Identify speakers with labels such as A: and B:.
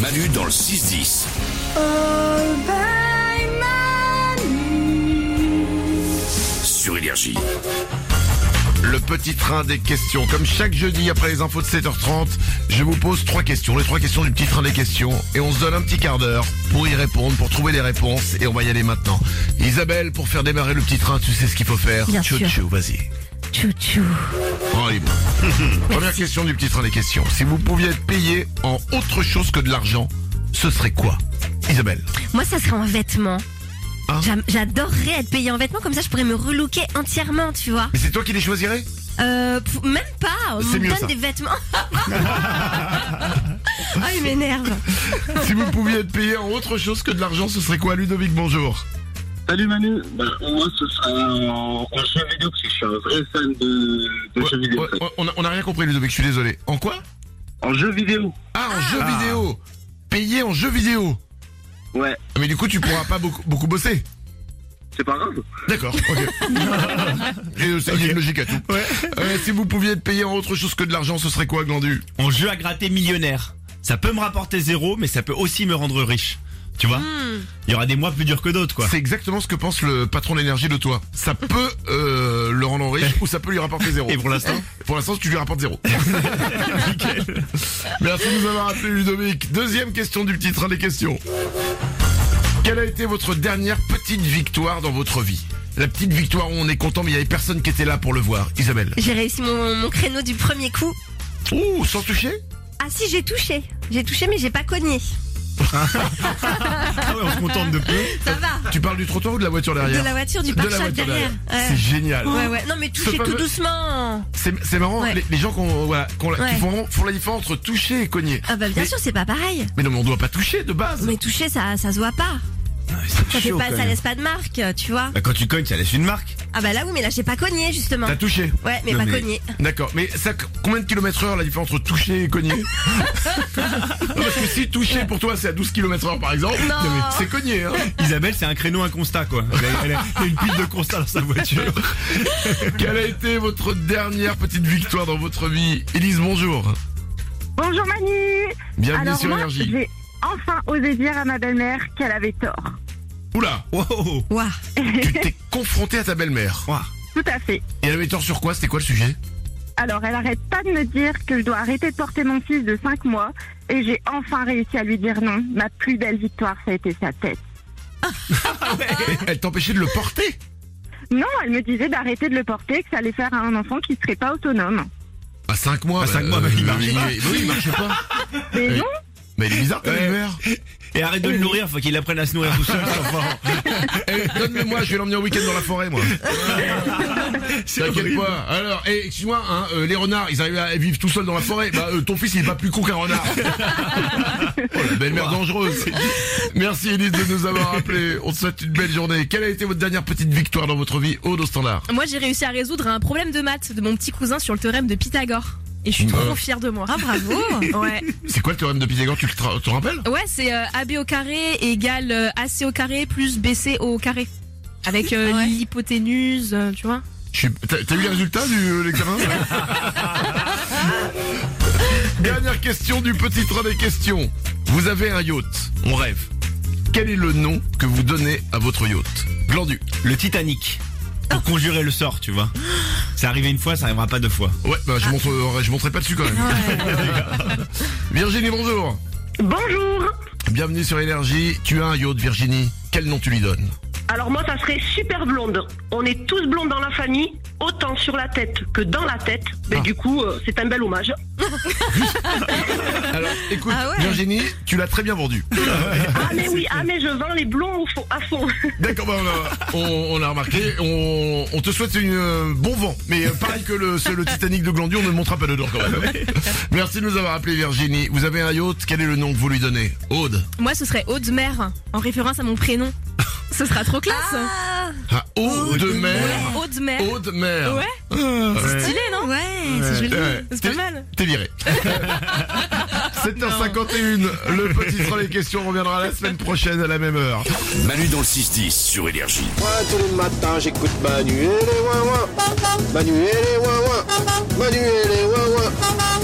A: Manu dans le 6-10.
B: All by Manu.
A: Sur Énergie.
C: Le petit train des questions. Comme chaque jeudi après les infos de 7h30, je vous pose trois questions. Les trois questions du petit train des questions. Et on se donne un petit quart d'heure pour y répondre, pour trouver les réponses. Et on va y aller maintenant. Isabelle, pour faire démarrer le petit train, tu sais ce qu'il faut faire.
D: Bien
C: Tchou
D: sûr.
C: tchou, vas-y.
D: Chouchou.
C: Oh, il est bon. Première question du petit train des questions. Si vous pouviez être payé en autre chose que de l'argent, ce serait quoi Isabelle.
D: Moi, ça serait en vêtements.
C: Hein
D: J'am- J'adorerais être payée en vêtements, comme ça je pourrais me relooker entièrement, tu vois.
C: Mais c'est toi qui les choisirais
D: Euh, pff, même pas, on
C: C'est
D: me
C: mieux,
D: donne
C: ça.
D: des vêtements. oh, il m'énerve.
C: Si vous pouviez être payé en autre chose que de l'argent, ce serait quoi Ludovic, bonjour.
E: Salut Manu, bah, moi ce sera en, en jeu vidéo parce que je suis un vrai fan de, de
C: Ouais,
E: jeux vidéo.
C: ouais, on a- on a rien compris Ludovic, je suis désolé. En quoi
E: En jeu vidéo
C: Ah, en jeu vidéo Payé en jeu vidéo
E: Ouais,
C: Ah, Mais du coup, tu pourras pas beaucoup, beaucoup bosser.
E: c'est pas grave.
C: D'accord, ok. Et, euh, ça, Il y a une logique à tout. Euh, si vous pouviez être payé en autre chose que de l'argent, ce serait quoi, Glandu
F: En jeu à gratter millionnaire. Ça peut me rapporter zéro, mais ça peut aussi me rendre riche. Tu vois Il y aura des mois plus durs que d'autres, quoi.
C: C'est exactement ce que pense le patron d'énergie de toi. Ça peut euh, le rendre riche ou ça peut lui rapporter zéro.
F: Et pour l'instant
C: Pour l'instant, tu lui rapportes zéro. Merci de nous avoir appelé Ludovic. Deuxième question du petit train des questions. Quelle a été votre dernière petite victoire dans votre vie La petite victoire où on est content mais il n'y avait personne qui était là pour le voir. Isabelle.
D: J'ai réussi mon, mon créneau du premier coup.
C: Ouh, sans toucher
D: Ah si, j'ai touché. J'ai touché, mais j'ai pas cogné.
F: Ah ouais, on se contente de peu.
D: Ça va.
C: Tu parles du trottoir ou de la voiture
D: De
C: derrière
D: la voiture, du
C: De la
D: pare-choc
C: voiture
D: derrière.
C: C'est
D: Ouais.
C: génial.
D: ouais, ouais. Non, mais toucher
C: fameux-
D: tout doucement.
C: C'est c'est marrant,
D: Ouais.
C: les, les gens qu'on voilà, qu'on- qui
D: Ouais.
C: font, font la différence entre toucher et cogner.
D: Ah bah bien
C: mais,
D: sûr, c'est pas pareil.
C: Mais non, mais on doit pas toucher de base.
D: Mais toucher, ça, ça se voit pas. Ça, fait pas, ça laisse pas de marque, tu vois.
F: Bah, quand tu cognes, ça laisse une marque.
D: Ah bah là oui, mais là j'ai pas cogné justement.
C: T'as touché
D: Ouais, mais
F: Non,
D: pas
F: mais-
D: cogné.
C: D'accord, mais ça, combien de kilomètres heure la différence entre toucher et cogner Non, Parce que si toucher pour toi c'est à 12 km heure par exemple,
D: Non.
C: c'est cogner. Hein
F: Isabelle, c'est un créneau, un constat, quoi. Elle a, elle a- elle a une pile de constat dans sa voiture.
C: Quelle a été votre dernière petite victoire dans votre vie Élise, bonjour.
G: Bonjour Manu
C: Bienvenue
G: Alors
C: sur
G: moi,
C: Énergie.
G: j'ai enfin osé dire à ma belle-mère qu'elle avait tort.
C: Oula,
F: Wow.
D: Waouh.
C: tu t'es confronté à ta belle-mère.
F: Wow.
G: Tout à fait.
C: Et elle avait tort sur quoi C'était quoi le sujet
G: Alors elle arrête pas de me dire que je dois arrêter de porter mon fils de 5 mois et j'ai enfin réussi à lui dire non. Ma plus belle victoire, ça a été sa tête. Ah.
C: Elle- Elle t'empêchait de le porter
G: Non, elle me disait d'arrêter de le porter, que ça allait faire à un enfant qui serait pas autonome.
C: À 5 mois.
F: À cinq mois, bah, il marche
C: oui,
F: pas.
C: oui, oui, il marche pas.
G: Mais
C: Oui.
G: non,
C: Mais elle est bizarre ta
F: Ouais.
C: belle-mère.
F: Et arrête de le nourrir, faut qu'il apprenne à se nourrir tout seul. cet enfant.
C: Eh, Donne-le moi, je vais l'emmener au week-end dans la forêt moi.
F: C'est
C: T'inquiète
F: horrible.
C: pas. Alors, eh, excuse-moi, hein, euh, les renards, ils arrivent à vivre tout seuls dans la forêt. Bah, euh, ton fils, il est pas plus con qu'un renard. oh, la belle-mère dangereuse. Merci, Elise, de nous avoir appelé. On te souhaite une belle journée. Quelle a été votre dernière petite victoire dans votre vie, Aude, au standard
H: Moi, j'ai réussi à résoudre un problème de maths de mon petit cousin sur le théorème de Pythagore. Et je suis
C: Bah.
H: trop fière de moi.
D: Ah bravo.
H: Ouais,
C: C'est quoi le théorème de Pythagore Tu le tra- te rappelles
H: ouais c'est euh, AB au carré égale euh, AC au carré plus BC au carré. Avec euh,
D: Ah ouais.
H: l'hypoténuse, euh, tu vois.
C: Je suis- T'as t'as eu les résultats du euh, l'examen Dernière question du petit train des questions. Vous avez un yacht. On rêve. Quel est le nom que vous donnez à votre yacht Glandu.
F: Le Titanic. Pour conjurer le sort, tu vois. C'est arrivé une fois, ça arrivera pas deux fois.
C: Ouais, bah je montre, euh, je montrerai pas dessus quand même. Virginie, bonjour.
G: bonjour
C: Bienvenue sur Énergie. Tu as un yacht, Virginie. Quel nom tu lui donnes
I: Alors moi, ça serait super blonde. On est tous blondes dans la famille, autant sur la tête que dans la tête. Mais
C: Ah.
I: du coup, euh, c'est un bel hommage.
C: Alors, écoute,
D: Ah ouais.
C: Virginie, tu l'as très bien vendu.
I: Ah mais oui, ah mais je vends les blonds au fo- à fond.
C: D'accord, bah, on, a- on- on a remarqué. On, on te souhaite une euh, bon vent. Mais euh, pareil que le, ce- le Titanic de Glandu, on ne le montrera pas de dehors quand même. Merci de nous avoir appelé, Virginie. Vous avez un yacht. Quel est le nom que vous lui donnez Aude.
H: Moi, ce serait Aude Mère, en référence à mon prénom. ce sera trop classe.
D: Ah,
C: Ah, Aude de mer.
H: Ouais, Aude Mère.
C: Aude mer.
H: Ouais, stylé, non
D: ouais, c'est joli.
C: Ouais.
H: C'est pas mal.
C: T'es viré. 7h51, le petit train des questions reviendra la semaine prochaine à la même heure.
A: Manu dans le 6-10 sur Énergie.
J: Moi tous les matins j'écoute Manu et les ouin ouin Manu et les ouin ouin Manu et les ouin ouin